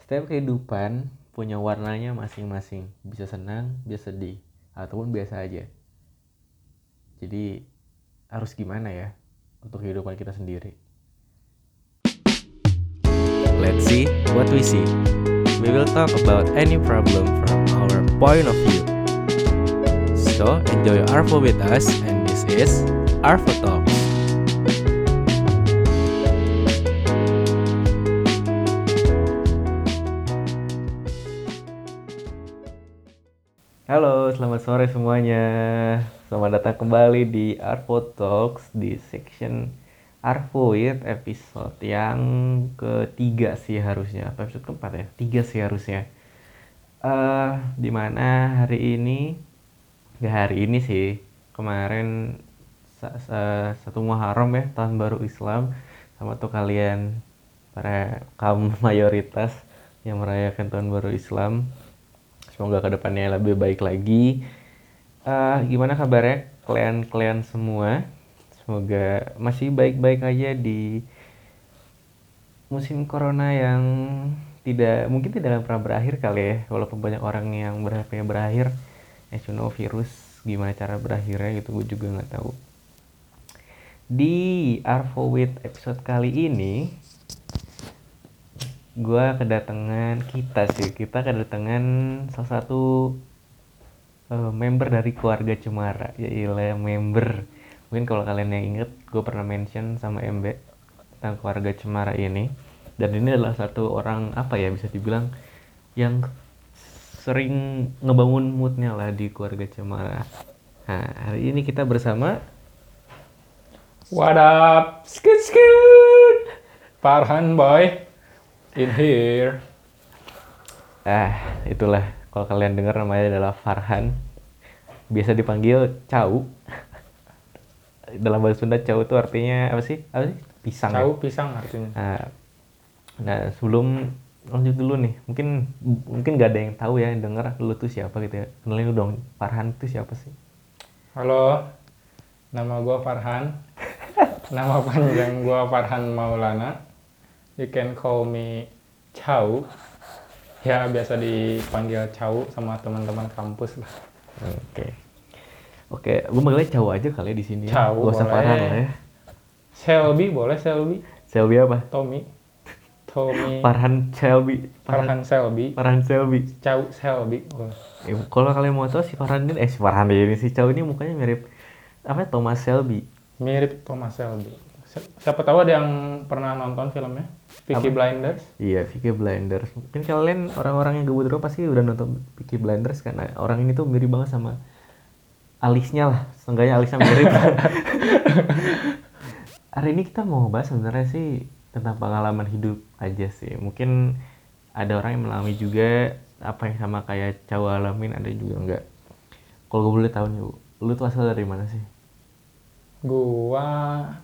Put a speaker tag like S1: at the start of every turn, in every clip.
S1: Setiap kehidupan punya warnanya masing-masing. Bisa senang, bisa sedih, ataupun biasa aja. Jadi harus gimana ya untuk kehidupan kita sendiri.
S2: Let's see what we see. We will talk about any problem from our point of view. So enjoy Arvo with us, and this is Arvo Talks.
S1: Halo, selamat sore semuanya. Selamat datang kembali di Arvo Talks di section Arvo with episode yang ketiga sih harusnya. Apa episode keempat ya? Tiga sih harusnya. Eh, dimana hari ini Gak hari ini sih kemarin sa- sa- satu Muharram ya tahun baru Islam sama tuh kalian para kaum mayoritas yang merayakan tahun baru Islam semoga kedepannya lebih baik lagi Eh, gimana kabarnya kalian-kalian semua semoga masih baik-baik aja di musim corona yang tidak mungkin tidak akan pernah berakhir kali ya walaupun banyak orang yang berharapnya berakhir as you know, virus gimana cara berakhirnya gitu gue juga nggak tahu di Arvo with episode kali ini gue kedatangan kita sih kita kedatangan salah satu eh, member dari keluarga Cemara yaitu member mungkin kalau kalian yang inget gue pernah mention sama MB tentang keluarga Cemara ini dan ini adalah satu orang apa ya bisa dibilang yang sering ngebangun moodnya lah di keluarga Cemara nah hari ini kita bersama
S3: What up? Skit skit. Parhan boy. In here.
S1: ah itulah kalau kalian dengar namanya adalah Farhan biasa dipanggil Cau dalam bahasa Sunda Cau itu artinya apa sih apa sih pisang ya?
S3: Tahu pisang artinya.
S1: Nah, nah, sebelum lanjut dulu nih, mungkin mungkin gak ada yang tahu ya yang denger lu tuh siapa gitu ya. Kenalin lu dong, Farhan itu siapa sih?
S3: Halo. Nama gua Farhan. Nama panjang gua Farhan Maulana. You can call me Chow. Ya biasa dipanggil Chow sama teman-teman kampus lah.
S1: Oke. Oke, gue manggilnya Cau aja kali ya di sini. ya.
S3: Cau,
S1: Gak usah
S3: boleh.
S1: Farhan lah ya.
S3: Shelby boleh Shelby.
S1: Selby apa?
S3: Tommy. Tommy.
S1: Farhan Selby. Farhan
S3: Farhan Shelby.
S1: Farhan Selby.
S3: Chow Shelby. Wah.
S1: Eh, kalau kalian mau tahu si Farhan ini eh si Farhan ini si Cau ini mukanya mirip apa ya, Thomas Selby.
S3: mirip Thomas Shelby. Si- Siapa tahu ada yang pernah nonton filmnya? Peaky Blinders.
S1: Iya, Vicky Blinders. Mungkin kalian orang-orang yang gabut di rumah pasti udah nonton Vicky Blinders karena orang ini tuh mirip banget sama alisnya lah. Seenggaknya alisnya mirip. Hari ini kita mau bahas sebenarnya sih tentang pengalaman hidup aja sih. Mungkin ada orang yang mengalami juga apa yang sama kayak cowok alamin, ada juga enggak. Kalau gue boleh tahu nih, Bu, lu tuh asal dari mana sih?
S3: Gua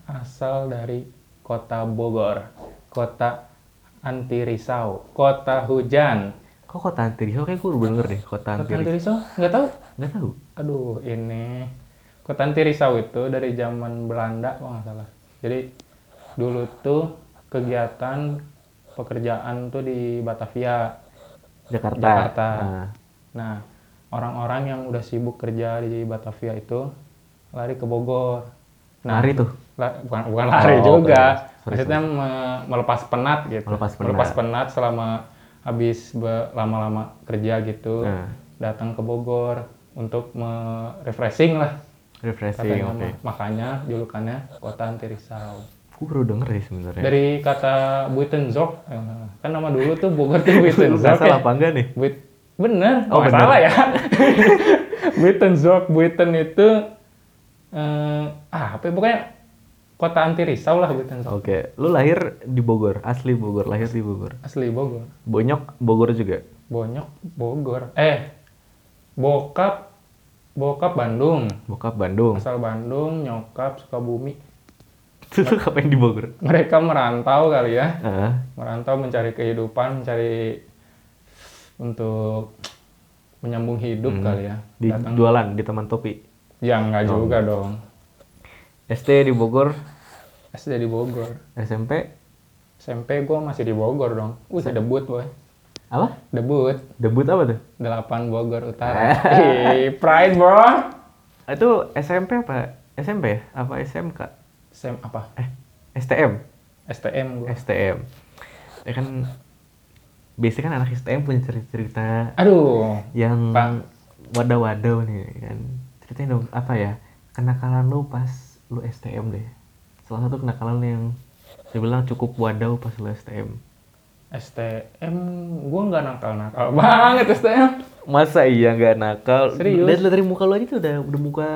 S3: asal dari kota Bogor, kota anti risau, kota hujan.
S1: Kok kota anti risau? Kayak gue udah denger deh kota
S3: Kota
S1: anti
S3: anti
S1: risau.
S3: risau? Nggak tahu.
S1: Nggak tahu.
S3: Aduh, ini kota anti risau itu dari zaman Belanda kalau nggak salah. Jadi dulu tuh kegiatan pekerjaan tuh di Batavia.
S1: Jakarta.
S3: Jakarta.
S1: Nah,
S3: Nah, orang-orang yang udah sibuk kerja di Batavia itu lari ke Bogor. Nah,
S1: lari tuh.
S3: la- bukan, bukan lari
S1: Oh,
S3: juga.
S1: sorry, sorry.
S3: Maksudnya me- melepas penat gitu.
S1: Melepas penat.
S3: penat selama habis be- lama-lama kerja gitu.
S1: Nah.
S3: Datang ke Bogor untuk me-refreshing lah.
S1: Refreshing,
S3: Katanya
S1: oke.
S3: mah. Makanya julukannya Kota Anti Risau.
S1: Gue baru denger ya sebenarnya.
S3: Dari kata Buitenzorg, eh, kan nama dulu tuh Bogor tuh
S1: Lu nggak
S3: Buitenzorg.
S1: salah
S3: ya.
S1: apa enggak nih?
S3: Buit bener,
S1: Oh,
S3: oh,
S1: bener.
S3: salah ya. Buiten Zog, Buiten itu eh ah, apa ya, pokoknya kota anti risau lah Buiten Zog.
S1: Oke, lu lahir di Bogor, asli Bogor, lahir di Bogor.
S3: Asli Bogor.
S1: Bonyok Bogor juga.
S3: Bonyok Bogor. Eh, bokap bokap Bandung.
S1: Bokap Bandung.
S3: Asal Bandung, nyokap Sukabumi.
S1: Terus lu ngapain di Bogor?
S3: Mereka merantau kali ya.
S1: Ah,
S3: Merantau mencari kehidupan, mencari untuk menyambung hidup kali ya.
S1: di
S3: Datang.
S1: jualan di teman topi.
S3: Ya enggak juga dong.
S1: ST di Bogor,
S3: SD di Bogor.
S1: SMP
S3: SMP gue masih di Bogor dong. Gue debut boy.
S1: Apa?
S3: Debut
S1: Debut apa tuh?
S3: 8 Bogor Utara. Ih, pride bro.
S1: Itu SMP apa? SMP ya? Apa SMK?
S3: Sam apa?
S1: Eh, STM.
S3: STM gue.
S1: STM. Ya kan biasanya kan anak STM punya cerita-cerita
S3: Aduh.
S1: yang
S3: Pak.
S1: wadah-wadah nih kan. Ceritain dong apa ya? Kenakalan lu pas lu STM deh. Salah satu kenakalan yang dibilang cukup wadah pas lu STM.
S3: STM gue nggak nakal-nakal banget STM.
S1: Masa iya nggak nakal?
S3: Serius?
S1: Lihat lihat dari muka lu aja tuh udah udah muka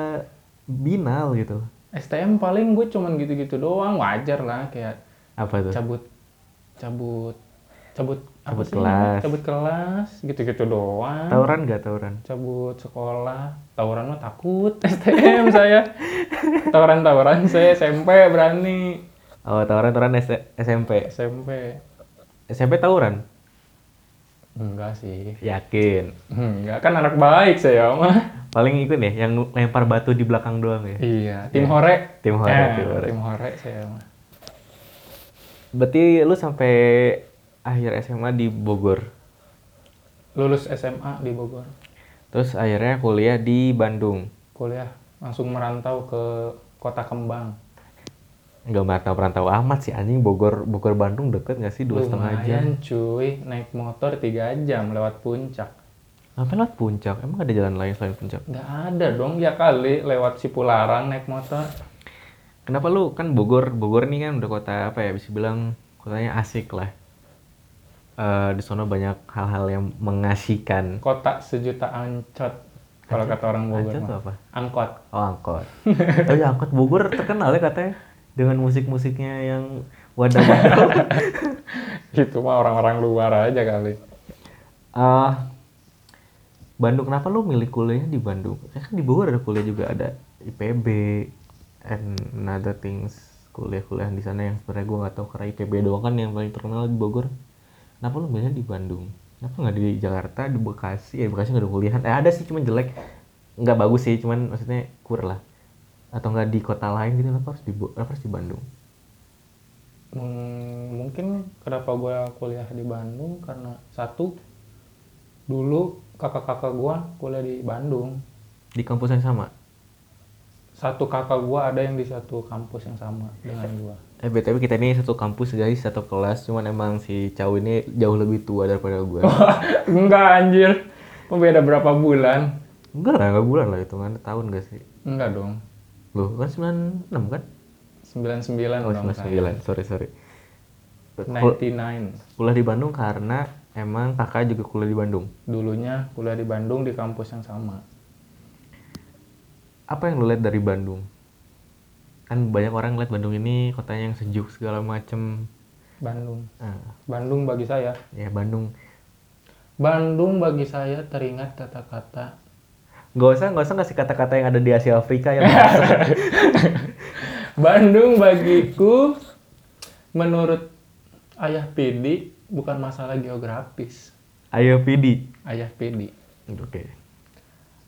S1: binal gitu.
S3: STM paling gue cuman gitu-gitu doang wajar lah kayak
S1: Apa tuh?
S3: cabut cabut cabut apa
S1: Cabut
S3: sih namanya?
S1: kelas.
S3: cabut kelas gitu-gitu doang
S1: Tauran nggak tauran?
S3: cabut sekolah tawuran mah takut STM saya tawuran tawuran saya SMP berani
S1: Oh, tauran tauran S- SMP.
S3: SMP
S1: SMP tauran?
S3: enggak sih
S1: Yakin.
S3: enggak kan anak baik saya mah
S1: Paling ikut ya yang lempar batu di belakang doang ya.
S3: iya tim hore
S1: Tim hore,
S3: Eh,
S1: tim hore.
S3: tim hore saya mah
S1: Berarti lu sampai akhir SMA di Bogor.
S3: lulus SMA di Bogor
S1: Terus akhirnya kuliah di Bandung.
S3: kuliah langsung merantau ke kota Kembang
S1: Nggak merantau-merantau amat sih anjing Bogor Bogor Bandung deket nggak sih dua setengah jam?
S3: Lumayan cuy, naik motor 3 jam lewat puncak.
S1: Ngapain lewat puncak? Emang ada jalan lain selain puncak?
S3: Nggak ada dong ya kali lewat Cipularang naik motor.
S1: Kenapa lu kan Bogor Bogor ini kan udah kota apa ya bisa bilang kotanya asik lah. Eh di sana banyak hal-hal yang mengasihkan.
S3: Kota sejuta ancot kalau kata orang Bogor
S1: Ancot
S3: mah.
S1: apa?
S3: Angkot.
S1: Oh angkot. Tapi angkot Bogor terkenal ya katanya dengan musik-musiknya yang wadah-wadah.
S3: Itu mah orang-orang luar aja kali.
S1: Ah, Bandung kenapa lu milih kuliahnya di Bandung? Ya kan di Bogor ada kuliah juga ada IPB and another things kuliah-kuliah di sana yang sebenarnya gue nggak tahu karena IPB doang kan yang paling terkenal di Bogor. Kenapa lu milihnya di Bandung? Kenapa nggak di Jakarta, di Bekasi? Ya di Bekasi nggak ada kuliahan. Eh ada sih cuman jelek, nggak bagus sih cuman maksudnya kurang lah. Atau nggak di kota lain gitu? Kenapa harus di Bo- kenapa harus di Bandung?
S3: Hmm, mungkin kenapa gue kuliah di Bandung karena satu dulu kakak-kakak gue kuliah di Bandung.
S1: Di kampus yang sama.
S3: Satu kakak gue ada yang di satu kampus yang sama dengan gue.
S1: Eh BTW kita ini satu kampus guys, satu kelas, cuman emang si Cao ini jauh lebih tua daripada gue.
S3: Oh. Enggak anjir. Pembeda berapa bulan?
S1: Enggak lah, enggak bulan lah hitungannya tahun gak sih?
S3: Enggak dong.
S1: Loh, kan 96 kan?
S3: 99
S1: Oh,
S3: dong.
S1: 99, sorry, sorry. Kul-
S3: 99.
S1: Kuliah di Bandung karena emang kakak juga kuliah di Bandung.
S3: Dulunya kuliah di Bandung di kampus yang sama.
S1: Apa yang lu lihat dari Bandung? Kan banyak orang lihat Bandung ini kotanya yang sejuk segala macem.
S3: Bandung.
S1: Ah,
S3: Bandung bagi saya.
S1: ya Bandung.
S3: Bandung bagi saya teringat kata-kata
S1: Gak usah, gak usah ngasih kata-kata yang ada di Asia Afrika ya. yang bahasa.
S3: Bandung bagiku menurut Ayah Pidi bukan masalah geografis.
S1: Ayo Pidi.
S3: Ayah Pidi
S1: Oke.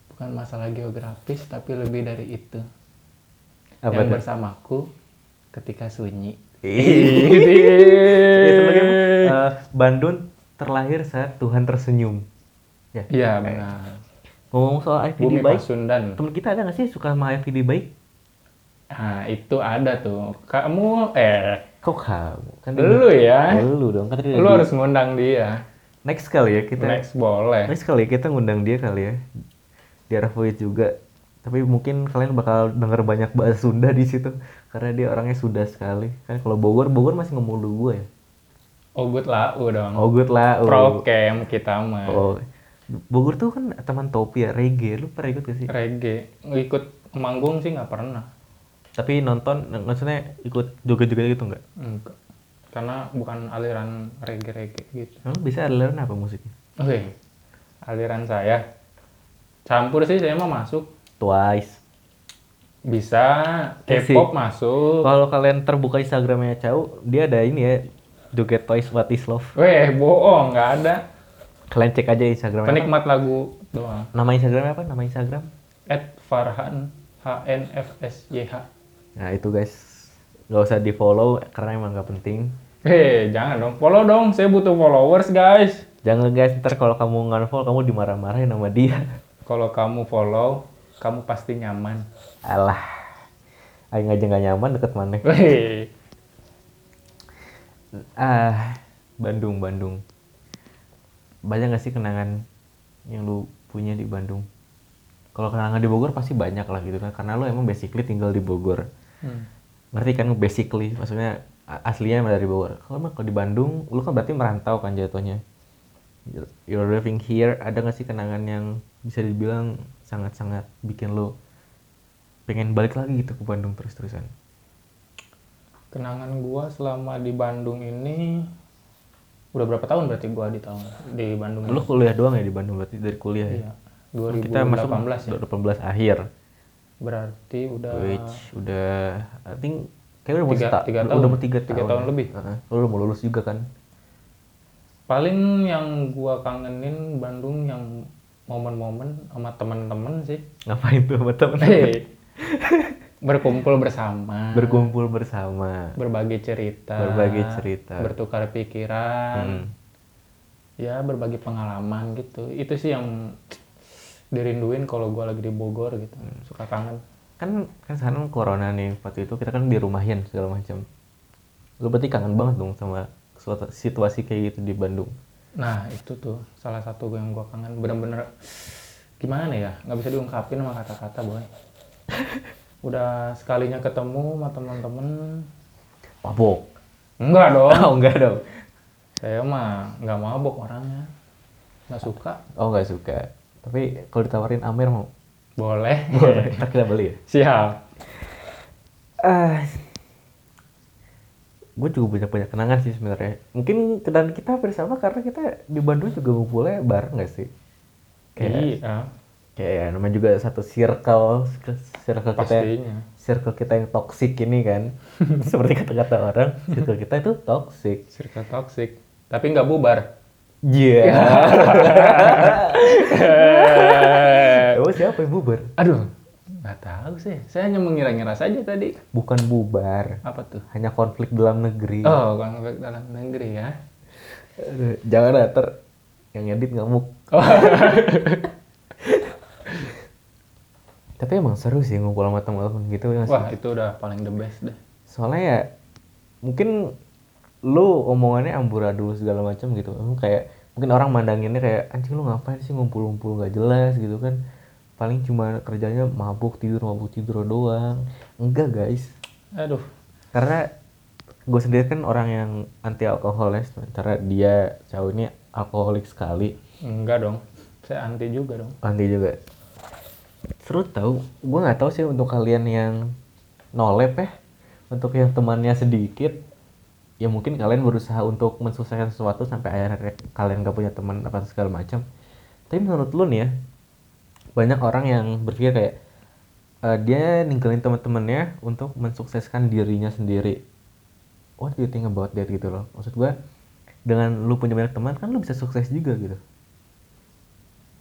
S3: bukan masalah geografis tapi lebih dari itu.
S1: Apa
S3: yang
S1: tuh?
S3: bersamaku ketika sunyi.
S1: Ih. Ya, Iya, sebagai, eh, Bandung terlahir saat Tuhan tersenyum. Ya.
S3: Iya benar.
S1: Ngomong soal
S3: Bumi
S1: IPD baik,
S3: Pasundan.
S1: temen kita ada nggak sih suka sama IPD baik?
S3: Nah itu ada tuh. Kamu eh
S1: Kok kamu? Kan
S3: dulu ya.
S1: Lu dong, kan tadi
S3: Lu
S1: udah
S3: harus ngundang dia.
S1: di- Next kali ya kita. Next,
S3: Next boleh.
S1: kali ya kita ngundang dia kali ya. Di Aravoid juga. Tapi mungkin kalian bakal denger banyak bahasa Sunda di situ karena dia orangnya Sunda sekali. Kan kalau Bogor, Bogor masih ngemulu gue ya.
S3: Ogut lau dong.
S1: Oh, good lah. oh.
S3: Prokem kita mah.
S1: Oh. Bogor tuh kan teman topi ya, reggae. Lu pernah ikut gak sih?
S3: Reggae. Ikut manggung sih nggak pernah.
S1: Tapi nonton maksudnya ikut joget-joget gitu nggak?
S3: Enggak. Karena bukan aliran reggae-reggae gitu.
S1: Emang bisa aliran apa musiknya?
S3: Oke. Aliran saya. Campur sih saya mah masuk.
S1: Twice.
S3: Bisa.
S1: Eh,
S3: K-pop masuk.
S1: Kalau kalian terbuka Instagramnya Cau, dia ada ini ya, joget Toys What Is Love.
S3: Weh, bohong. Nggak ada.
S1: Kalian cek aja Instagramnya.
S3: Penikmat lagu doang.
S1: Nama Instagramnya apa? Nama Instagram?
S3: At Farhan HNFSYH.
S1: Nah itu guys, nggak usah di follow karena emang nggak penting.
S3: Hei, jangan dong. Follow dong. Saya butuh followers, guys.
S1: Jangan guys, ntar kalau kamu nge-unfollow kamu dimarah-marahin sama dia.
S3: Kalau kamu follow, kamu pasti nyaman.
S1: Alah. Aing aja nggak nyaman deket mana.
S3: Wih,
S1: Ah, Bandung, Bandung. Banyak gak sih kenangan yang lu punya di Bandung? Kalau kenangan di Bogor pasti banyak lah gitu kan, karena lu emang basically tinggal di Bogor.
S3: Hmm.
S1: Ngerti kan basically, maksudnya a- aslinya emang dari Bogor. Kalau emang kalau di Bandung, lu kan berarti merantau kan jatuhnya. You're- You're living here, ada gak sih kenangan yang bisa dibilang sangat-sangat bikin lu pengen balik lagi gitu ke Bandung terus-terusan?
S3: kenangan gua selama di Bandung ini udah berapa tahun berarti gua di tahun di Bandung?
S1: Lu kuliah doang ya di Bandung berarti dari kuliah ya?
S3: Iya.
S1: Oh, kita masuk
S3: 2018 ya.
S1: 2018 akhir
S3: Berarti udah
S1: which udah I think kayak udah mau
S3: Tiga-
S1: seta-
S3: tiga
S1: udah,
S3: tahun.
S1: udah mau tiga, ya?
S3: Tiga tahun lebih.
S1: Heeh. Lu udah mau lulus juga kan
S3: paling yang gua kangenin Bandung yang momen-momen sama temen-temen sih.
S1: ngapain tuh sama temen
S3: Hei. berkumpul bersama,
S1: berkumpul bersama
S3: berbagi cerita,
S1: Berbagi cerita.
S3: bertukar
S1: Hmm.
S3: pikiran, ya berbagi pengalaman gitu. Itu sih yang dirinduin kalau gua lagi di Bogor gitu, suka kangen.
S1: kan kan sekarang corona nih waktu itu kita kan di rumahin segala macam lu berarti kangen banget dong sama suatu- situasi kayak gitu di Bandung
S3: Nah itu tuh salah satu yang gua kangen, bener-bener gimana ya, nggak bisa diungkapin sama kata-kata boy. Udah sekalinya ketemu sama teman-teman,
S1: mabok
S3: enggak dong.
S1: oh enggak dong
S3: Saya mah nggak mabok orangnya, nggak suka.
S1: oh enggak suka tapi kalau ditawarin Amer mau
S3: Boleh.
S1: boleh Ntar kita beli ya
S3: Siap.
S1: gue juga punya banyak kenangan sih sebenarnya mungkin kenangan kita bersama karena kita di Bandung juga ngumpulnya bareng gak sih kayak
S3: Iya,
S1: kayak ya, namanya juga satu circle circle kita
S3: pastinya.
S1: circle kita yang toksik ini kan seperti kata-kata orang circle kita itu toksik
S3: Circle toxic, tapi nggak bubar.
S1: iya Emang siapa yang bubar
S3: Aduh, nggak tahu sih. Saya hanya mengira-ngira saja tadi.
S1: bukan bubar
S3: Apa tuh?
S1: hanya konflik dalam negeri
S3: Oh, konflik dalam negeri ya.
S1: Aduh, Eh, jangan lah, ter yang edit ngamuk tapi emang seru sih ngumpul sama teman-teman gitu ya nggak sih?
S3: Wah, itu udah paling the best deh.
S1: soalnya ya mungkin lu omongannya amburadul segala macam gitu Emang kayak mungkin orang mandanginnya kayak anjing lu ngapain sih ngumpul-ngumpul gak jelas gitu kan paling cuma kerjanya mabuk tidur mabuk tidur doang enggak guys
S3: Aduh,
S1: karena gue sendiri kan orang yang anti alkohol ya sementara dia cowok ini alkoholik sekali
S3: enggak dong. Saya anti juga dong.
S1: Nanti juga. Seru tau. Gue nggak tahu sih untuk kalian yang nolep ya. Untuk yang temannya sedikit. Ya mungkin kalian berusaha untuk mensukseskan sesuatu sampai akhirnya kalian gak punya teman apa segala macam. Tapi menurut lu nih ya, banyak orang yang berpikir kayak eh, dia ninggalin teman-temannya untuk mensukseskan dirinya sendiri. What do you think about that gitu loh? Maksud gue dengan lu punya banyak teman kan lu bisa sukses juga gitu.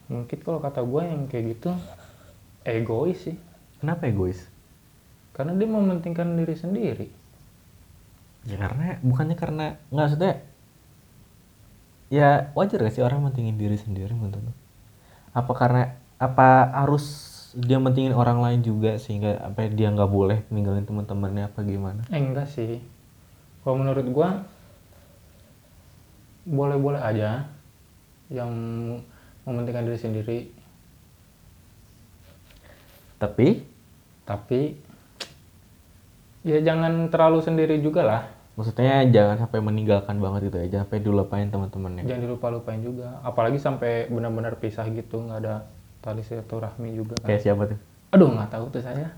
S3: Mungkin kalau kata gue yang kayak gitu egois sih.
S1: Kenapa egois?
S3: Karena dia mementingkan diri sendiri.
S1: Ya karena bukannya karena nggak maksudnya ya wajar gak sih orang mentingin diri sendiri menurut lu? Apa karena apa harus dia mentingin orang lain juga sehingga apa dia nggak boleh ninggalin teman-temannya apa gimana?
S3: Eh, enggak sih. Kalau menurut gua boleh-boleh aja yang mementingkan diri sendiri,
S1: Tapi
S3: tapi ya jangan terlalu sendiri juga lah.
S1: maksudnya jangan sampai meninggalkan banget gitu ya, jangan sampai dilupain teman-temannya.
S3: Jangan dilupa-lupain juga, apalagi sampai benar-benar pisah gitu, nggak ada tali silaturahmi juga kan.
S1: Kayak siapa tuh?
S3: Aduh, nggak tahu tuh saya.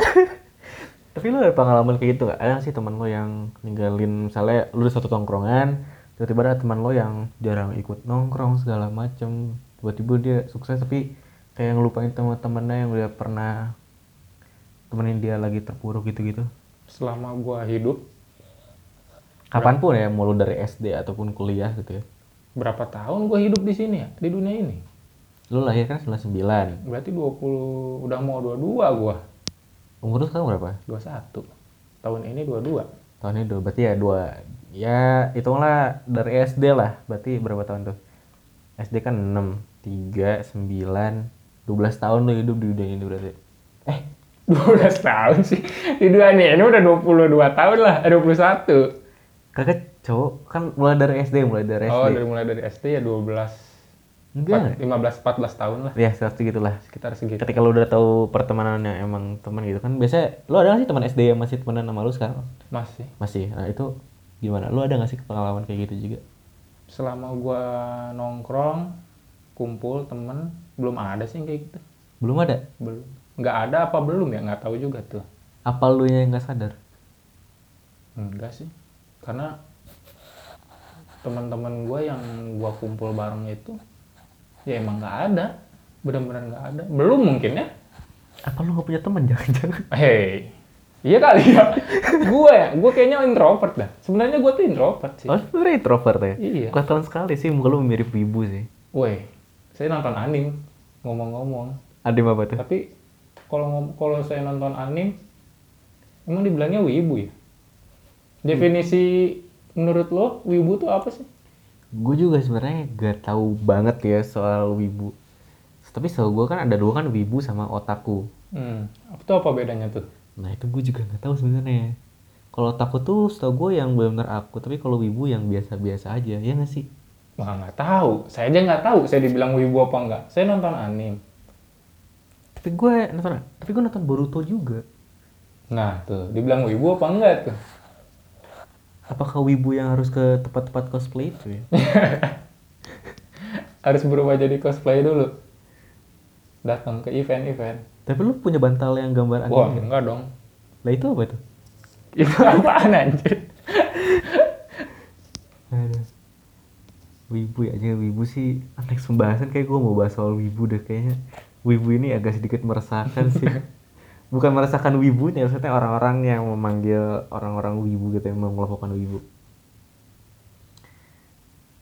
S1: Tapi lu ada pengalaman kayak gitu gak? Ada gak sih teman lo yang ninggalin misalnya lu di satu tongkrongan, tiba-tiba ada teman lo yang jarang ikut nongkrong segala macem, tiba-tiba dia sukses tapi kayak ngelupain teman-temannya yang udah pernah temenin dia lagi terpuruk gitu-gitu.
S3: Selama gua hidup
S1: Kapanpun ya, mau lu dari SD ataupun kuliah gitu ya.
S3: berapa tahun gua hidup di sini ya, di dunia ini.
S1: Lu lahir kan 99.
S3: Berarti 20 udah mau 22 gua.
S1: Umur lu sekarang berapa?
S3: 21. Tahun ini 22.
S1: Tahunnya dua, berarti ya dua. Ya hitunglah dari SD lah, berarti berapa tahun tuh? SD kan 6, 3, 9, 12 tahun lo hidup di dunia ini berarti. Eh,
S3: 12 tahun sih. Di dunia ini udah 22 tahun lah, eh, 21.
S1: Kakak cowok kan mulai dari SD, mulai dari
S3: Oh,
S1: SD.
S3: dari mulai dari SD ya 12
S1: Enggak.
S3: 15 14 tahun lah,
S1: Ya, seperti gitulah.
S3: sekitar segitu.
S1: Ketika lo udah tahu pertemanan yang emang teman gitu kan, biasanya lo ada gak sih teman SD yang masih temenan sama lo sekarang?
S3: Masih.
S1: Masih. Nah, itu gimana? Lo ada gak sih pengalaman kayak gitu juga?
S3: Selama gua nongkrong, kumpul temen, belum ada sih yang kayak gitu.
S1: Belum ada.
S3: Belum. Nggak ada apa belum ya? Nggak tahu juga tuh.
S1: Apa lo yang gak sadar?
S3: Enggak sih. Karena teman-teman gua yang gua kumpul bareng itu ya emang nggak ada. Benar-benar nggak ada. Belum mungkin ya.
S1: Apa lo gak punya teman? Jangan-jangan.
S3: Hei, iya kali ya. gue ya, gue kayaknya introvert dah. Sebenarnya gue tuh introvert sih.
S1: Oh, sebenernya introvert ya?
S3: Iya.
S1: Kelihatan sekali sih muka lo mirip ibu sih.
S3: Woi, saya nonton anim, ngomong-ngomong.
S1: Ada apa tuh?
S3: Tapi kalau ngom- kalau saya nonton anim, emang dibilangnya wibu ya? Definisi menurut lo wibu tuh apa sih?
S1: Gue juga sebenarnya gak tahu banget ya soal wibu. Tapi setahu gue kan ada dua kan wibu sama otaku.
S3: Hmm, apa tuh apa bedanya tuh?
S1: Nah itu gue juga nggak tahu sebenarnya. Kalau otaku tuh setahu gue yang benar-benar aku, tapi kalau wibu yang biasa-biasa aja ya nggak sih?
S3: Wah nggak tahu, saya aja nggak tahu. Saya dibilang wibu apa nggak? Saya nonton anim.
S1: Tapi gue nonton, tapi gue nonton Boruto juga.
S3: Nah tuh, dibilang wibu apa enggak tuh?
S1: Apakah wibu yang harus ke tempat-tempat cosplay itu ya?
S3: harus berubah jadi cosplay dulu datang ke event-event
S1: tapi lu punya bantal yang gambar
S3: wah
S1: anime nggak?
S3: enggak dong
S1: Lah itu apa tuh?
S3: itu apaan anjir
S1: Aduh. Wibu ya aja wibu sih aneh pembahasan kayak gue mau bahas soal wibu deh kayaknya. Wibu ini agak sedikit meresahkan sih. Bukan meresahkan wibunya, maksudnya orang-orang yang memanggil orang-orang wibu gitu yang mengelompokkan wibu.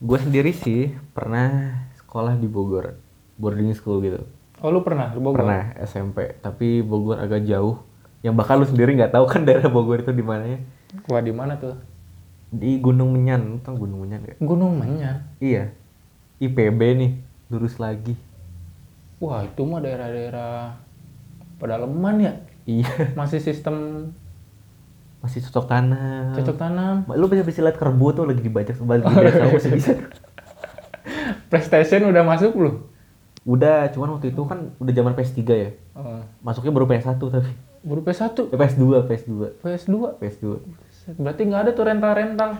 S1: Gue sendiri sih pernah sekolah di Bogor, boarding school gitu.
S3: oh lu pernah lu Bogor?
S1: Pernah SMP, tapi Bogor agak jauh. Yang bakal lu sendiri nggak tahu kan daerah Bogor itu di mananya.
S3: gua di mana tuh
S1: Di Gunung Menyan, lu tau Gunung Menyan gak?
S3: Gunung Menyan
S1: Iya. IPB nih, lurus lagi.
S3: wah itu mah daerah-daerah pedalaman ya
S1: Iya,
S3: masih sistem
S1: masih cocok tanam.
S3: cocok tanam
S1: Ma- Lu bisa bisa lihat kerbau tuh lagi dibajak sebalik di desa masih bisa.
S3: PlayStation udah masuk lu
S1: Udah, cuman waktu itu kan udah zaman PS3 ya.
S3: oh.
S1: Masuknya baru PS1 tapi.
S3: baru PS1
S1: Eh, PS2, PS2,
S3: PS2
S1: PS2.
S3: Set, berarti nggak ada tuh rental-rental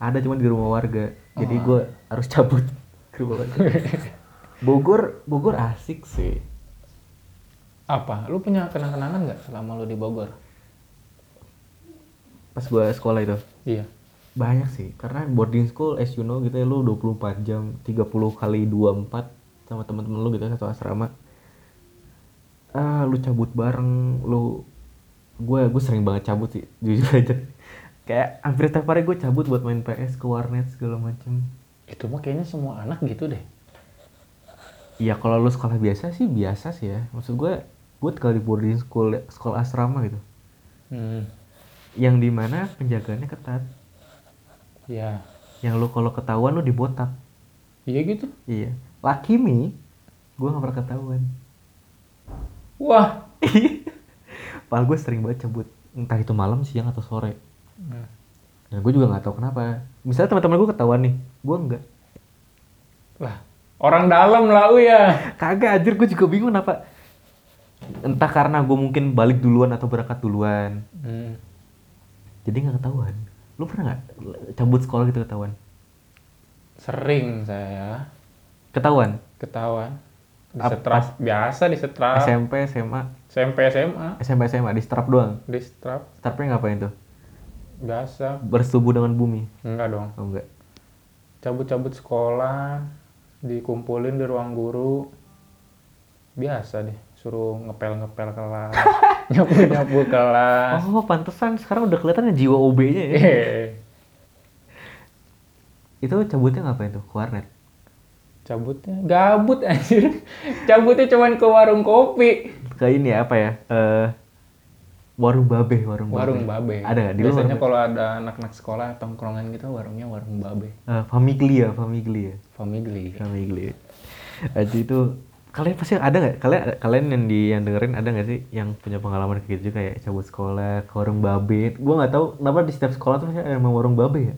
S1: Ada cuman di rumah warga. Jadi gua harus cabut ke rumah warga. Bogor, Bogor asik sih.
S3: apa lu punya kenang-kenangan nggak selama lu di Bogor
S1: Pas gua sekolah itu.
S3: iya
S1: Banyak sih, karena boarding school as you know gitu ya lu 24 jam, 30 kali 24 sama teman-teman lu gitu satu asrama. Ah, lu cabut bareng, lu gue gue sering banget cabut sih, jujur aja. Kayak hampir tiap hari gue cabut buat main PS ke warnet segala macem.
S3: itu mah kayaknya semua anak gitu deh
S1: Iya kalau lu sekolah biasa sih biasa sih ya. Maksud gue, gue kalau di boarding school sekolah asrama gitu,
S3: hmm.
S1: yang dimana penjagaannya ketat,
S3: Ya,
S1: yang lu kalau ketahuan lu dibotak.
S3: iya gitu.
S1: Iya. Laki mi, gue gak pernah ketahuan.
S3: Wah.
S1: Padahal gue sering banget cabut. Entah itu malam, siang, atau sore.
S3: Nah,
S1: Dan gue juga gak tahu kenapa. Misalnya teman-teman gue ketahuan nih, gue enggak.
S3: Lah, orang dalam lah lu ya.
S1: Kagak anjir, gue juga bingung apa. Entah karena gue mungkin balik duluan atau berangkat duluan.
S3: Hmm.
S1: Jadi gak ketahuan. Lu pernah gak cabut sekolah gitu ketahuan?
S3: Sering saya
S1: Ketahuan?
S3: ketahuan.
S1: Ap-
S3: Disetrap biasa disetrap
S1: SMP, SMA,
S3: SMP SMA
S1: SMP, SMA, di strap doang.
S3: disetrap
S1: Strapnya ngapain tuh?
S3: biasa.
S1: Bersetubuh dengan bumi?
S3: Enggak dong.
S1: Oh enggak.
S3: Cabut-cabut sekolah, dikumpulin di ruang guru. Biasa deh, suruh ngepel-ngepel kelas, nyapu-nyapu kelas. Iya.
S1: Oh, pantesan sekarang udah kelihatan jiwa OB-nya ya.
S3: Hehehe.
S1: Itu cabutnya ngapain tuh? Ke warnet?
S3: Cabutnya gabut anjir. Cabutnya cuman ke warung kopi.
S1: ke ini ya apa ya eh warung babe warung babe.
S3: Warung babe.
S1: ada nggak di lu
S3: Biasanya
S1: warung-
S3: kalau ada anak-anak sekolah tongkrongan gitu warungnya warung babe.
S1: Eh, famiglia famiglia
S3: Family.
S1: famiglia Jadi itu kalian pasti ada nggak kalian kalian yang di yang dengerin ada nggak sih yang punya pengalaman kayak gitu kayak cabut sekolah ke warung babe gua nggak tahu kenapa di setiap sekolah tuh pasti ada emang warung babe ya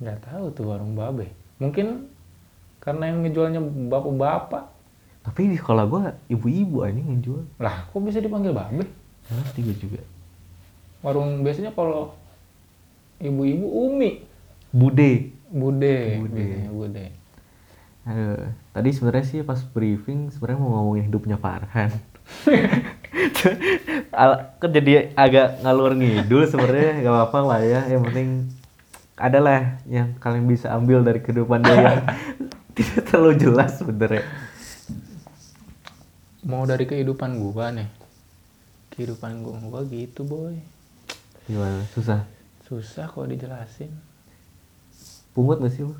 S3: Nggak tahu tuh warung babe. Mungkin karena yang ngejualnya bapak-bapak.
S1: tapi di sekolah gua ibu-ibu aja yang jual
S3: Lah, kok bisa dipanggil babe?
S1: Nggak ngerti gua juga
S3: Warung biasanya kalau ibu-ibu Umi.
S1: bude
S3: Bude,
S1: Bude.
S3: biasanya Bude.
S1: Aduh, Eh, tadi sebenarnya sih pas briefing sebenarnya mau ngomongin hidupnya Farhan. Al- kan jadi agak ngalur ngidul sebenarnya nggak apa-apa lah ya. Yang penting adalah yang kalian bisa ambil dari kehidupan dia yang tidak terlalu jelas sebenarnya.
S3: Mau dari kehidupan gua nih. Kehidupan gua, gua gitu, boy.
S1: Gimana? Susah.
S3: Susah kok dijelasin.
S1: Pungut gak sih lu?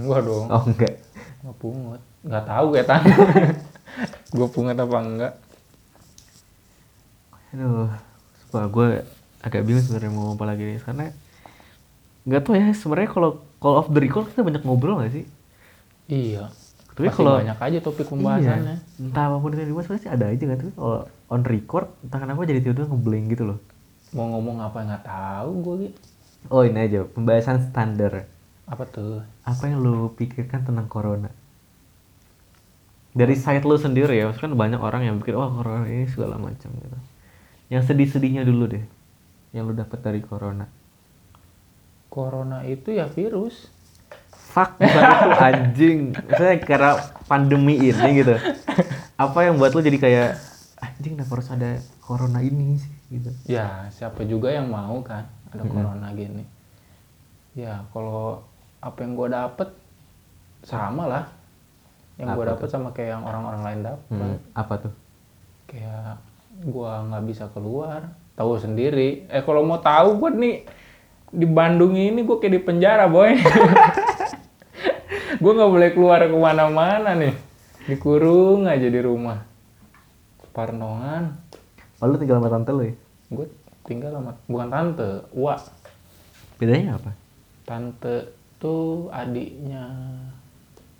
S3: Gua dong.
S1: Oh enggak.
S3: Nggak pungut. Nggak tahu ketan. gue pungut apa enggak.
S1: Aduh, sumpah gue agak bingung sebenarnya mau ngomong apa lagi nih karena nggak tau ya sebenarnya kalau call of the record kita banyak ngobrol gak sih?
S3: Iya.
S1: Tapi
S3: Tapi
S1: kalau-
S3: kalau banyak aja topik pembahasannya.
S1: Iya. Entah apapun itu yang dibahas pasti ada aja kan. Tapi kalau on record entah kenapa jadi tiba-tiba ngeblank gitu loh.
S3: Mau ngomong apa nggak tahu gue gitu.
S1: Oh ini aja pembahasan standar.
S3: Apa tuh?
S1: Apa yang lu pikirkan tentang corona? Dari side lu sendiri ya, maksudnya kan banyak orang yang pikir wah corona ini segala macam gitu. Yang sedih-sedihnya dulu deh, yang lu dapat dari corona.
S3: Corona itu ya virus.
S1: Fuck bukan itu anjing. Maksudnya karena pandemi ini gitu. Apa yang buat lu jadi kayak anjing kenapa harus ada corona ini sih gitu.
S3: Ya siapa juga yang mau kan ada corona gini. Ya kalau apa yang gue dapet sama lah. Yang gue dapet sama kayak yang orang-orang lain dapet.
S1: Hmm. Apa tuh?
S3: kayak gua nggak bisa keluar tahu sendiri eh kalau mau tahu gua nih di Bandung ini gua kayak di penjara boy gua nggak boleh keluar kemana-mana nih dikurung aja di rumah parnongan
S1: Oh, lu tinggal sama tante lu ya?
S3: gua tinggal sama bukan tante wa
S1: Bedanya apa?
S3: tante tuh adiknya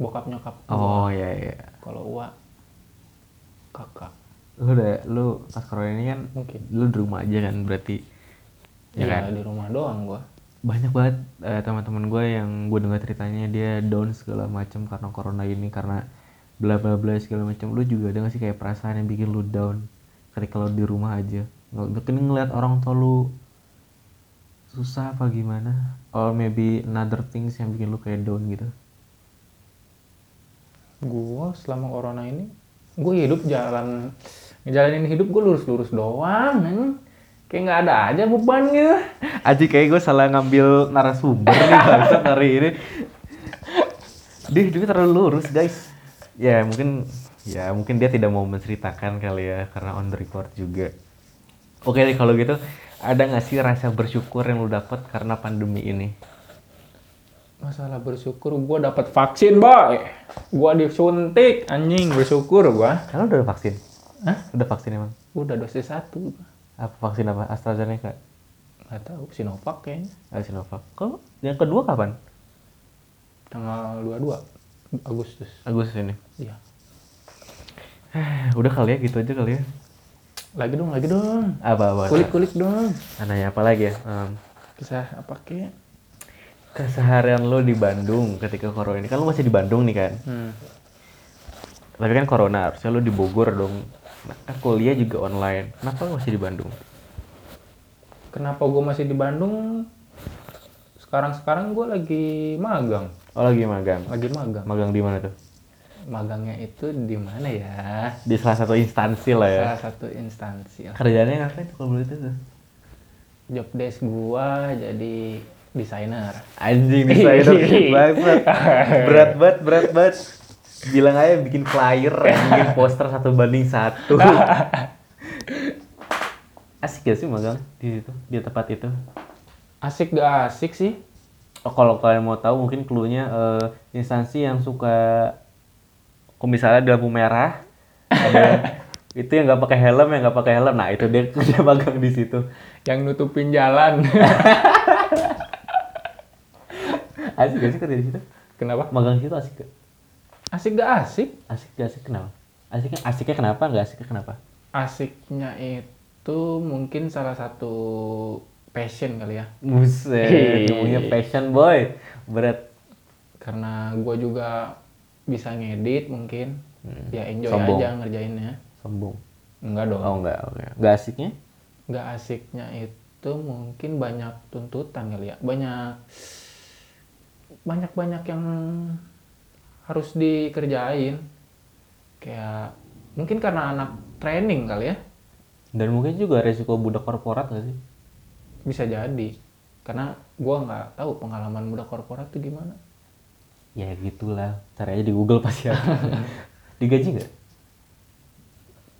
S3: bokap nyokap
S1: Oh, iya iya.
S3: kalau wa kakak
S1: Lu udah lu pas corona ini kan
S3: mungkin
S1: lu di rumah aja kan berarti
S3: ya, di rumah doang gua
S1: banyak banget eh, teman-teman gue yang gue dengar ceritanya dia down segala macam karena corona ini karena bla bla bla segala macam lu juga ada gak sih kayak perasaan yang bikin lu down ketika lu di rumah aja nggak mungkin ngeliat orang tua lu susah apa gimana or maybe another things yang bikin lu kayak down gitu
S3: gue selama corona ini gue hidup jalan ngejalanin hidup gue lurus-lurus doang anjing. kayak nggak ada aja beban gitu
S1: Aji kayak gue salah ngambil narasumber nih bangsat hari ini. Dia hidupnya terlalu lurus guys. Ya mungkin ya mungkin dia tidak mau menceritakan kali ya karena on the record juga. Oke deh kalau gitu ada nggak sih rasa bersyukur yang lu dapat karena pandemi ini?
S3: masalah bersyukur gue dapat vaksin boy gue disuntik anjing bersyukur gue
S1: Kalau Kan udah vaksin?
S3: Hah?
S1: Udah vaksin emang?
S3: udah dosis satu
S1: Apa vaksin apa? AstraZeneca?
S3: nggak tahu Sinovac kayaknya
S1: Ah, Sinovac. Kok yang kedua kapan?
S3: tanggal 22 Agustus
S1: Agustus ini.
S3: iya
S1: Udah kali ya gitu aja kali ya.
S3: lagi dong lagi dong
S1: Apa-apa?
S3: kulik-kulik dong
S1: Ananya apa lagi ya? Em,
S3: kisah apa kek
S1: keseharian lo di Bandung ketika corona ini kan lo masih di Bandung nih kan
S3: hmm.
S1: tapi kan corona harusnya lo di Bogor dong nah, kan kuliah juga online kenapa lo masih di Bandung
S3: kenapa gue masih di Bandung sekarang sekarang gue lagi magang
S1: oh lagi magang
S3: lagi magang
S1: magang di mana tuh
S3: magangnya itu di mana ya
S1: di salah satu instansi lah ya
S3: salah satu instansi lah.
S1: kerjanya ngapain tuh kalau boleh tahu tuh
S3: job desk gua jadi desainer
S1: anjing nih saya tuh banget berat banget berat banget bilang aja bikin flyer bikin poster satu banding satu asik gak sih magang di situ di tempat itu
S3: asik gak asik sih
S1: Oh, kalau kalian mau tahu mungkin cluenya eh, instansi yang suka kalau misalnya di lampu merah ada yang- itu yang nggak pakai helm yang nggak pakai helm nah itu dia dia magang di situ
S3: yang nutupin jalan.
S1: asik gak sih kerja di situ
S3: Kenapa?
S1: magang di situ asik gak
S3: Asik gak asik?
S1: asik gak asik kenapa asiknya asiknya kenapa nggak asiknya kenapa
S3: Asiknya itu mungkin salah satu passion kali ya.
S1: buset ngomongnya passion boy berat
S3: Karena gua juga bisa ngedit mungkin. Ya enjoy
S1: Hmm. Sombong.
S3: aja ngerjainnya.
S1: sombong
S3: Enggak dong.
S1: oh enggak oke nggak asiknya
S3: nggak asiknya itu mungkin banyak tuntutan kali ya banyak banyak banyak yang harus dikerjain kayak mungkin karena anak training kali ya
S1: dan mungkin juga resiko budak korporat gak sih
S3: bisa jadi karena gua nggak tahu pengalaman muda korporat itu gimana
S1: ya gitulah cari aja di Google pasti ada digaji nggak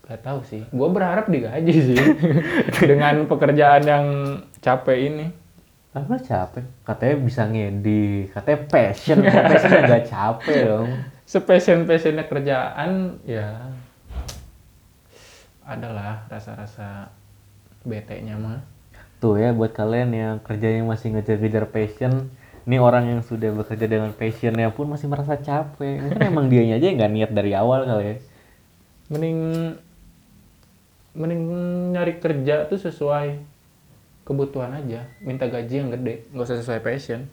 S3: nggak tahu sih gua berharap digaji sih dengan pekerjaan yang capek ini
S1: Apa capek? Katanya bisa ngedit, katanya passion, Kok passion nggak capek dong.
S3: sepassion passionnya kerjaan ya adalah rasa-rasa bete-nya mah
S1: Tuh ya buat kalian yang kerjanya masih ngejar-ngejar passion, ini orang yang sudah bekerja dengan passionnya pun masih merasa capek. Mungkin emang dianya aja yang nggak niat dari awal kali ya.
S3: mending mending nyari kerja tuh sesuai kebutuhan aja minta gaji yang gede nggak usah sesuai passion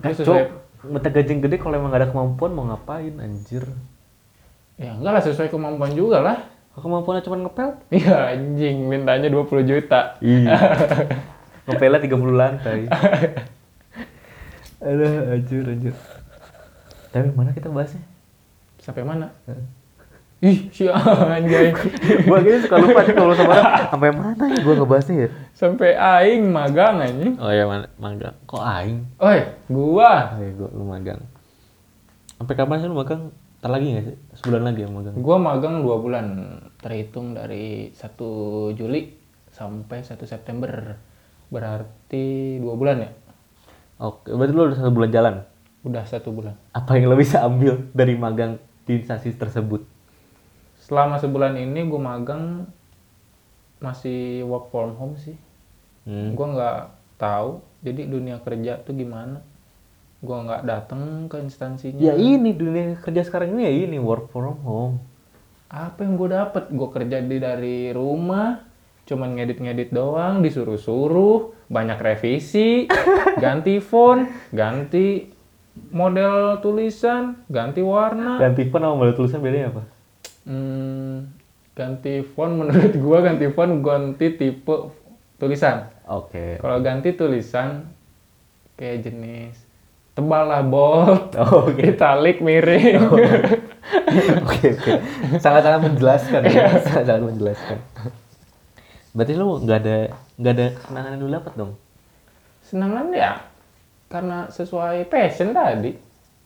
S3: Nggak
S1: Cok, minta gaji yang gede kalau emang nggak ada kemampuan mau ngapain anjir.
S3: ya enggak lah sesuai kemampuan juga lah
S1: Kalau kemampuannya cuma ngepel,
S3: iya anjing mintanya 20 juta
S1: Iya. ngepelnya 30 lantai. Aduh, anjir, anjir. Tapi mana kita bahasnya?
S3: sampai mana ih si anjing
S1: gue gini suka lupa sih kalau sama orang sampai mana ya gue ngebahasnya ya
S3: sampai aing magang anjing
S1: oh ya mana magang kok aing
S3: oi
S1: oh
S3: gua
S1: ya gue lu magang sampai kapan sih lu magang ntar lagi nggak sih sebulan lagi ya magang
S3: Gua magang dua bulan terhitung dari 1 Juli sampai 1 September berarti dua bulan ya
S1: oke berarti lu udah satu bulan jalan
S3: udah satu bulan
S1: apa yang lo bisa ambil dari magang di instansi tersebut
S3: selama sebulan ini gue magang masih work from home sih
S1: hmm.
S3: Gua nggak tahu jadi dunia kerja tuh gimana Gua nggak datang ke instansinya
S1: ya ini dunia kerja sekarang ini ya ini work from home
S3: apa yang gue dapet gue kerja di dari rumah cuman ngedit-ngedit doang disuruh-suruh banyak revisi ganti font ganti model tulisan ganti warna
S1: dan tipe nama model tulisan bedanya apa
S3: Hmm, ganti font menurut gue ganti font ganti tipe tulisan
S1: oke
S3: kalau ganti tulisan kayak jenis tebal lah bold
S1: Oh, oke Oh.
S3: italic miring
S1: Oke oke. Sangat-sangat menjelaskan ya. Sangat-sangat menjelaskan. Berarti lu nggak ada nggak ada kenangan yang lu dapat dong.
S3: senangan ya karena sesuai passion tadi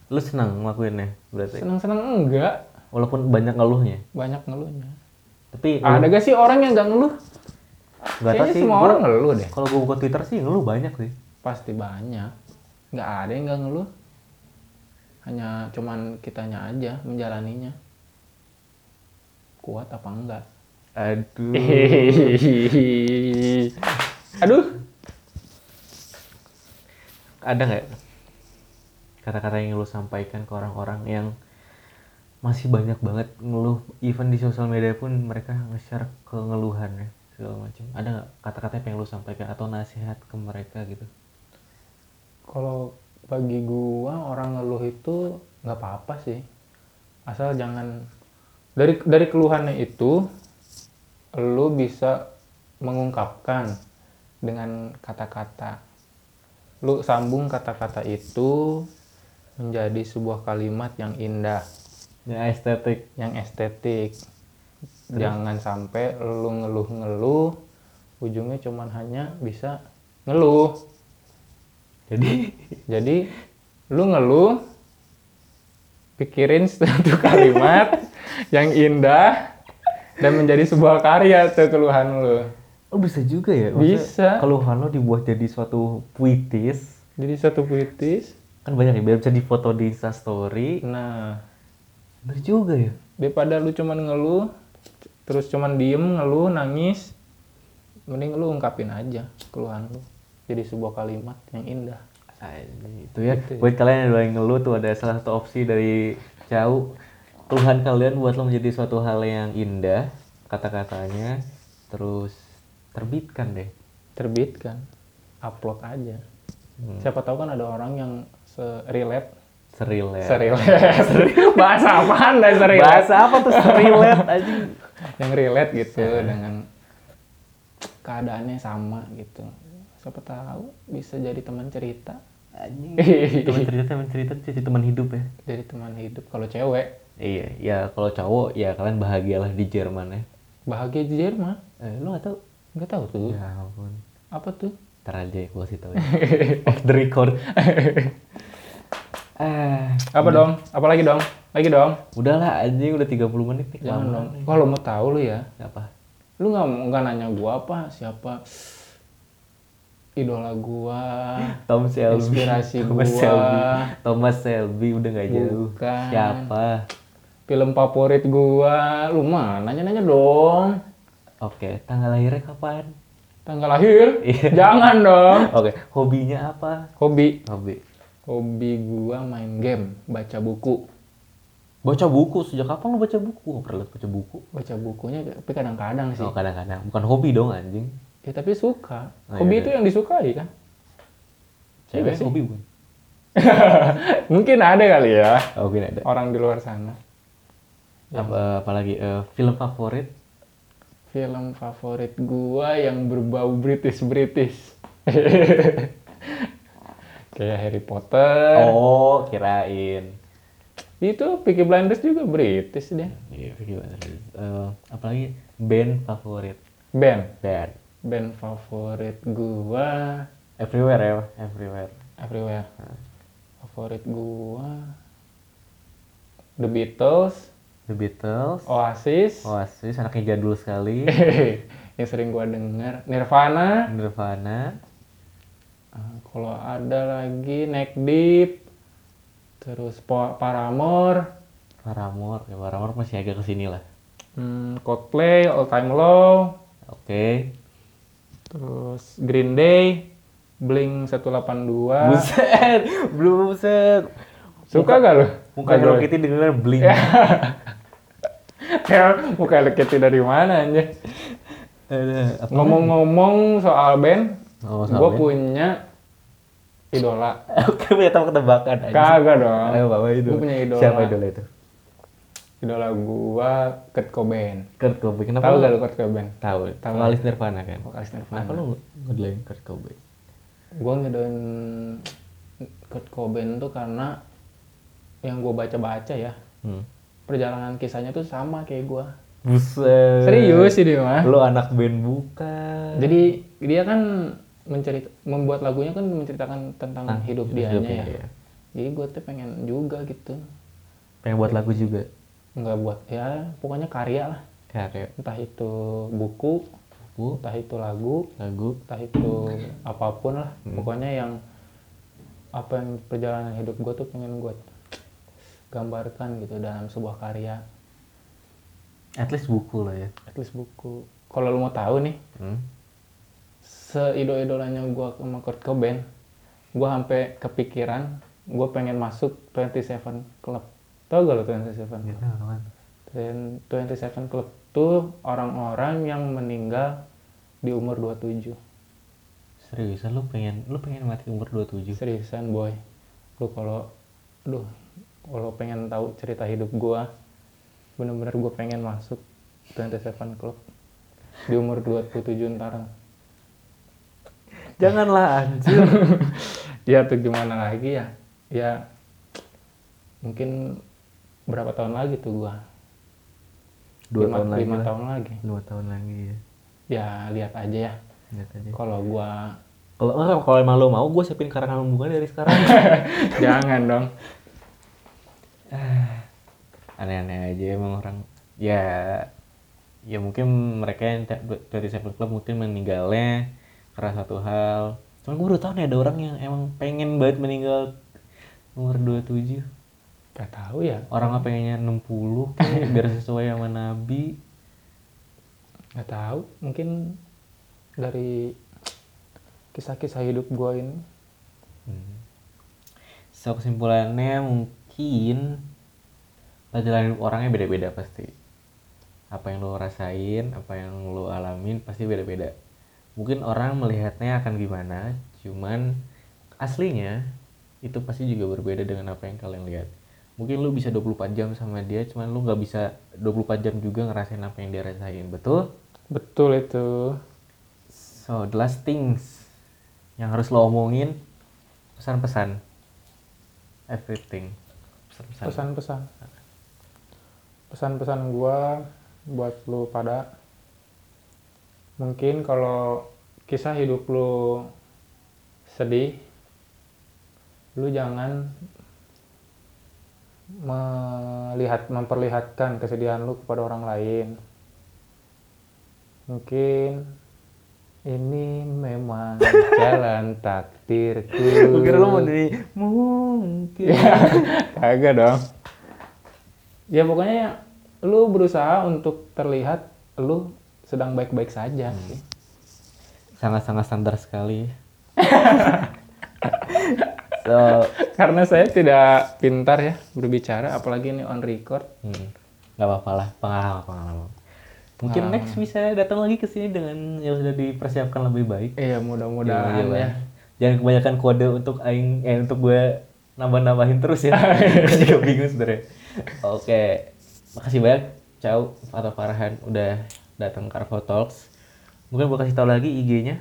S1: Lu senang ngelakuinnya berarti.
S3: senang-senang enggak
S1: Walaupun banyak ngeluhnya.
S3: banyak ngeluhnya.
S1: Tapi
S3: Ada gak sih orang yang gak ngeluh?
S1: nggak tahu
S3: Kayaknya
S1: sih.
S3: semua
S1: gua-
S3: orang ngeluh deh.
S1: Kalau gua buka Twitter sih ngeluh banyak sih.
S3: Pasti banyak. Gak ada yang gak ngeluh. Hanya cuman kitanya aja menjalaninya. Kuat apa enggak?
S1: Aduh.
S3: Aduh,
S1: ada nggak kata-kata yang lu sampaikan ke orang-orang yang masih banyak banget ngeluh even di sosial media pun mereka nge-share kengeluhannya segala macam ada nggak kata-kata yang pengen lu sampaikan atau nasihat ke mereka gitu
S3: kalau bagi gua orang ngeluh itu nggak apa-apa sih. Asal jangan dari dari keluhannya itu lu bisa mengungkapkan dengan kata-kata. Lu sambung kata-kata itu menjadi sebuah kalimat yang indah,
S1: ya estetik
S3: yang estetik. Jangan sampai lu ngeluh-ngeluh ujungnya cuman hanya bisa ngeluh.
S1: jadi
S3: Jadi lu ngeluh pikirin satu kalimat yang indah dan menjadi sebuah karya tuh keluhan lu.
S1: oh bisa juga ya
S3: Bisa.
S1: keluhan lo dibuat jadi suatu puitis
S3: Jadi satu puitis.
S1: kan banyak ya biar bisa difoto di instastory
S3: Nah,
S1: bener juga ya
S3: daripada lu cuman ngeluh terus cuman diem ngeluh nangis mending lu ungkapin aja keluhan lu jadi sebuah kalimat yang indah
S1: itu ya buat kalian yang lagi ngeluh tuh ada salah satu opsi dari jauh Tuhan kalian buatlah menjadi suatu hal yang indah kata-katanya terus terbitkan deh
S3: terbitkan kan, upload aja siapa tahu kan ada orang yang relate
S1: serilet
S3: serilet bahasa apaan dah serilet
S1: ya. bahasa apa tuh ya? serilet aja
S3: yang relate gitu dengan keadaannya sama gitu siapa tahu bisa jadi teman cerita Iya.
S1: teman cerita teman cerita tuh jadi teman hidup ya
S3: jadi teman hidup kalau cewek
S1: iya ya kalau cowok ya kalian bahagialah di Jerman ya
S3: bahagia di Jerman
S1: eh, lu nggak tahu
S3: nggak tahu tuh
S1: ya ampun
S3: apa tuh
S1: ntar aja gue sih tahu ya. off the record eh
S3: apa dong apa lagi dong lagi dong
S1: udahlah anjing udah 30 menit nih
S3: jangan
S1: lama
S3: dong kalau mau tahu lu ya
S1: apa
S3: lu nggak nggak nanya gua apa siapa idola gua
S1: Tom Shelby
S3: Inspirasi
S1: Thomas
S3: gua.
S1: Shelby Thomas Shelby udah nggak jauh
S3: Bukan.
S1: siapa
S3: film favorit gua lu mah nanya nanya dong
S1: oke tanggal lahirnya kapan
S3: tanggal lahir
S1: Iya.
S3: jangan dong
S1: oke hobinya apa
S3: hobi
S1: hobi
S3: hobi gua main game baca buku
S1: baca buku sejak kapan lu baca buku Gak pernah baca buku
S3: baca bukunya tapi kadang-kadang sih
S1: oh kadang-kadang bukan hobi dong anjing
S3: ya tapi suka
S1: Oh, iya,
S3: hobi itu yang disukai kan
S1: cewek
S3: Iya sih.
S1: hobi bukan
S3: mungkin ada kali ya
S1: oh, mungkin ada
S3: orang di luar sana Ya.
S1: apa apalagi eh, film favorit
S3: film favorit gua yang berbau British British kayak Harry Potter
S1: oh kirain
S3: itu Peaky Blinders juga British dia
S1: Iya, gimana? Eh, apalagi band favorit.
S3: band
S1: Band.
S3: band favorit gua
S1: Everywhere ya, everywhere.
S3: everywhere favorit gua The Beatles
S1: The Beatles,
S3: Oh. Oasis
S1: Oasis, anaknya jadul sekali.
S3: yang sering gua denger Nirvana
S1: Nirvana,
S3: Ah, kalau ada lagi Neck Deep terus Po- Paramore
S1: Paramore, ya, Paramore masih agak kesini lah.
S3: Hmm, Coldplay, All Time Low,
S1: Oke.
S3: terus Green Day, Blink 182.
S1: Buset, belum buset.
S3: Suka gak lu? Ya.
S1: Muka Hello Kitty dengar bling.
S3: Muka Hello Kitty dari mana anjir? Eh.
S1: Ada apa?
S3: Ngomong-ngomong soal band,
S1: Oh, soal
S3: gue
S1: band.
S3: punya idola.
S1: Oke, punya teman ketebakan aja.
S3: Kagak dong.
S1: Ayo bawa itu.
S3: Gua punya idola.
S1: Siapa idola itu?
S3: Idola gua Kurt Cobain.
S1: Kurt Cobain. Kenapa?
S3: Tahu
S1: lu-
S3: gak lu Kurt Cobain?
S1: Tahu.
S3: Tahu.
S1: Vokalis Nirvana kan.
S3: Vokalis
S1: Kenapa
S3: Nirvana.
S1: lu ngedelain Kurt Cobain?
S3: Gue ngedoin Kurt Cobain tuh karena yang gue baca-baca ya,
S1: Hmm.
S3: perjalanan kisahnya tuh sama kayak gua.
S1: Buset.
S3: Serius sih dia mah.
S1: Eh. Lu anak band bukan.
S3: Jadi dia kan mencerita membuat lagunya kan menceritakan tentang
S1: Tentang
S3: hidup
S1: hidup
S3: dianya
S1: hidupnya,
S3: ya.
S1: iya.
S3: Jadi gue tuh pengen juga gitu.
S1: pengen buat lagu juga.
S3: Nggak buat ya pokoknya karya lah.
S1: Karya
S3: Entah itu buku,
S1: buku,
S3: entah itu lagu,
S1: lagu.
S3: entah itu apapun lah. Pokoknya yang apa yang perjalanan hidup gue tuh pengen gue gambarkan gitu dalam sebuah karya.
S1: At least buku lah ya.
S3: At least buku. Kalau lu mau tahu nih,
S1: Hmm.
S3: seidol-idolanya gua sama Kurt Cobain gua sampai kepikiran gua pengen masuk 27 Club tau gak lo 27 Club
S1: Nah, kawan.
S3: Dan 27 Club tuh orang-orang yang meninggal di umur 27
S1: Seriusan lu pengen lu pengen mati umur 27.
S3: seriusan boy lu kalau duh kalau pengen tahu cerita hidup gua bener-bener gua pengen masuk 27 Club di umur 27 ntar
S1: Janganlah anjir.
S3: ya tuh gimana lagi ya ya mungkin berapa tahun lagi tuh gua
S1: Dua
S3: lima,
S1: tahun lagi.
S3: lima
S1: lah.
S3: tahun lagi
S1: Dua tahun lagi ya.
S3: ya lihat aja ya
S1: Lihat aja.
S3: kalau gua
S1: Kalau enggak, kalau emang lu mau gue siapin karangan bunga dari sekarang.
S3: jangan dong
S1: Ah, Aneh-aneh aja emang orang. Ya ya mungkin mereka yang dari Seven Club mungkin meninggalnya karena satu hal. Cuman gue baru tau nih ada orang yang emang pengen banget meninggal umur 27.
S3: gak tahu ya
S1: orang mah pengennya 60 kayak biar sesuai sama nabi
S3: nggak tahu mungkin dari kisah-kisah hidup gue ini
S1: Mhm. So kesimpulannya mungkin perjalanan hidup orangnya beda-beda pasti. Apa yang lo rasain, apa yang lo alamin pasti beda-beda. Mungkin orang melihatnya akan gimana, cuman aslinya itu pasti juga berbeda dengan apa yang kalian lihat. Mungkin lu bisa 24 jam sama dia, cuman lu nggak bisa 24 jam juga ngerasain apa yang dia rasain, betul?
S3: betul itu
S1: So, the last things yang harus lo omongin, pesan-pesan. Everything. Pesan-pesan.
S3: pesan-pesan pesan-pesan gue buat lu pada mungkin kalau kisah hidup lu sedih lu jangan melihat memperlihatkan kesedihan lu kepada orang lain mungkin ini memang jalan takdirku
S1: Gue kira lo mau dari mungkin.
S3: Kagak dong. Ya pokoknya lu berusaha untuk terlihat lu sedang baik-baik saja.
S1: Hmm.
S3: sih.
S1: Sangat-sangat standar sekali. so,
S3: Karena saya tidak pintar ya berbicara, apalagi ini on record.
S1: hmm, gak apa-apa lah pengalaman-pengalaman. Mungkin next bisa datang lagi ke sini dengan yang sudah dipersiapkan lebih baik.
S3: Iya mudah-mudahan
S1: Gimana?
S3: ya.
S1: iya. Jangan kebanyakan kode untuk aing eh untuk gue nambah-nambahin terus ya. Gue juga bingung sebenarnya. Oke. Makasih banyak Ciao Fatah Farhan udah datang ke Arvo Talks. Mungkin gue kasih tahu lagi IG-nya.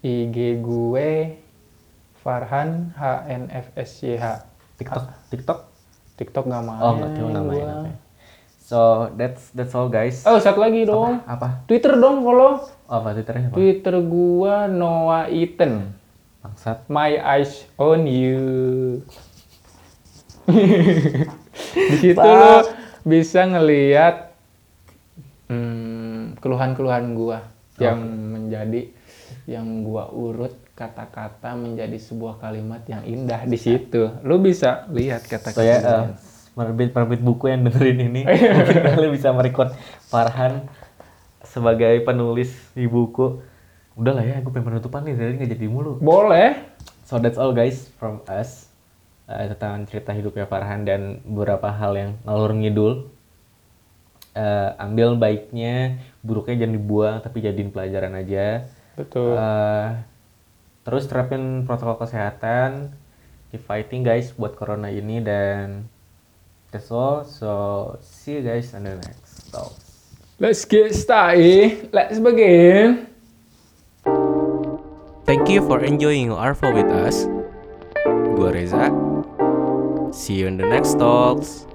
S3: IG gue Farhan HNFSYH.
S1: TikTok, TikTok.
S3: Tiktok nggak main.
S1: Oh, enggak tahu namanya.
S3: Ah. Iya, gua.
S1: namanya. So, that's that's all guys.
S3: Oh satu lagi dong.
S1: Apa?
S3: Twitter dong follow.
S1: Oh, apa Twitternya apa?
S3: Twitter gua Noah Iten.
S1: Bangsat.
S3: My eyes on you. Di situ lo bisa ngelihat hmm, keluhan-keluhan gua yang menjadi yang gua urut kata-kata menjadi sebuah kalimat yang indah di situ. Lu bisa lihat
S1: So ya,
S3: kata-kata.
S1: penerbit penerbit buku yang dengerin ini mungkin kalian bisa merekod Farhan sebagai penulis di buku. Udah lah ya, gue pengen penutupan nih dari nggak jadi mulu.
S3: Boleh.
S1: So that's all guys from us Eh, tentang cerita hidupnya Farhan dan beberapa hal yang ngalur ngidul. Eh, ambil baiknya, buruknya jangan dibuang tapi jadiin pelajaran aja.
S3: Betul.
S1: Eh, terus terapin protokol kesehatan, keep fighting guys buat corona ini dan that's all. So see you guys on the next talk.
S3: Let's get started. Let's begin.
S2: Thank you for enjoying Arvo with us. Gua Reza. See you in the next talks.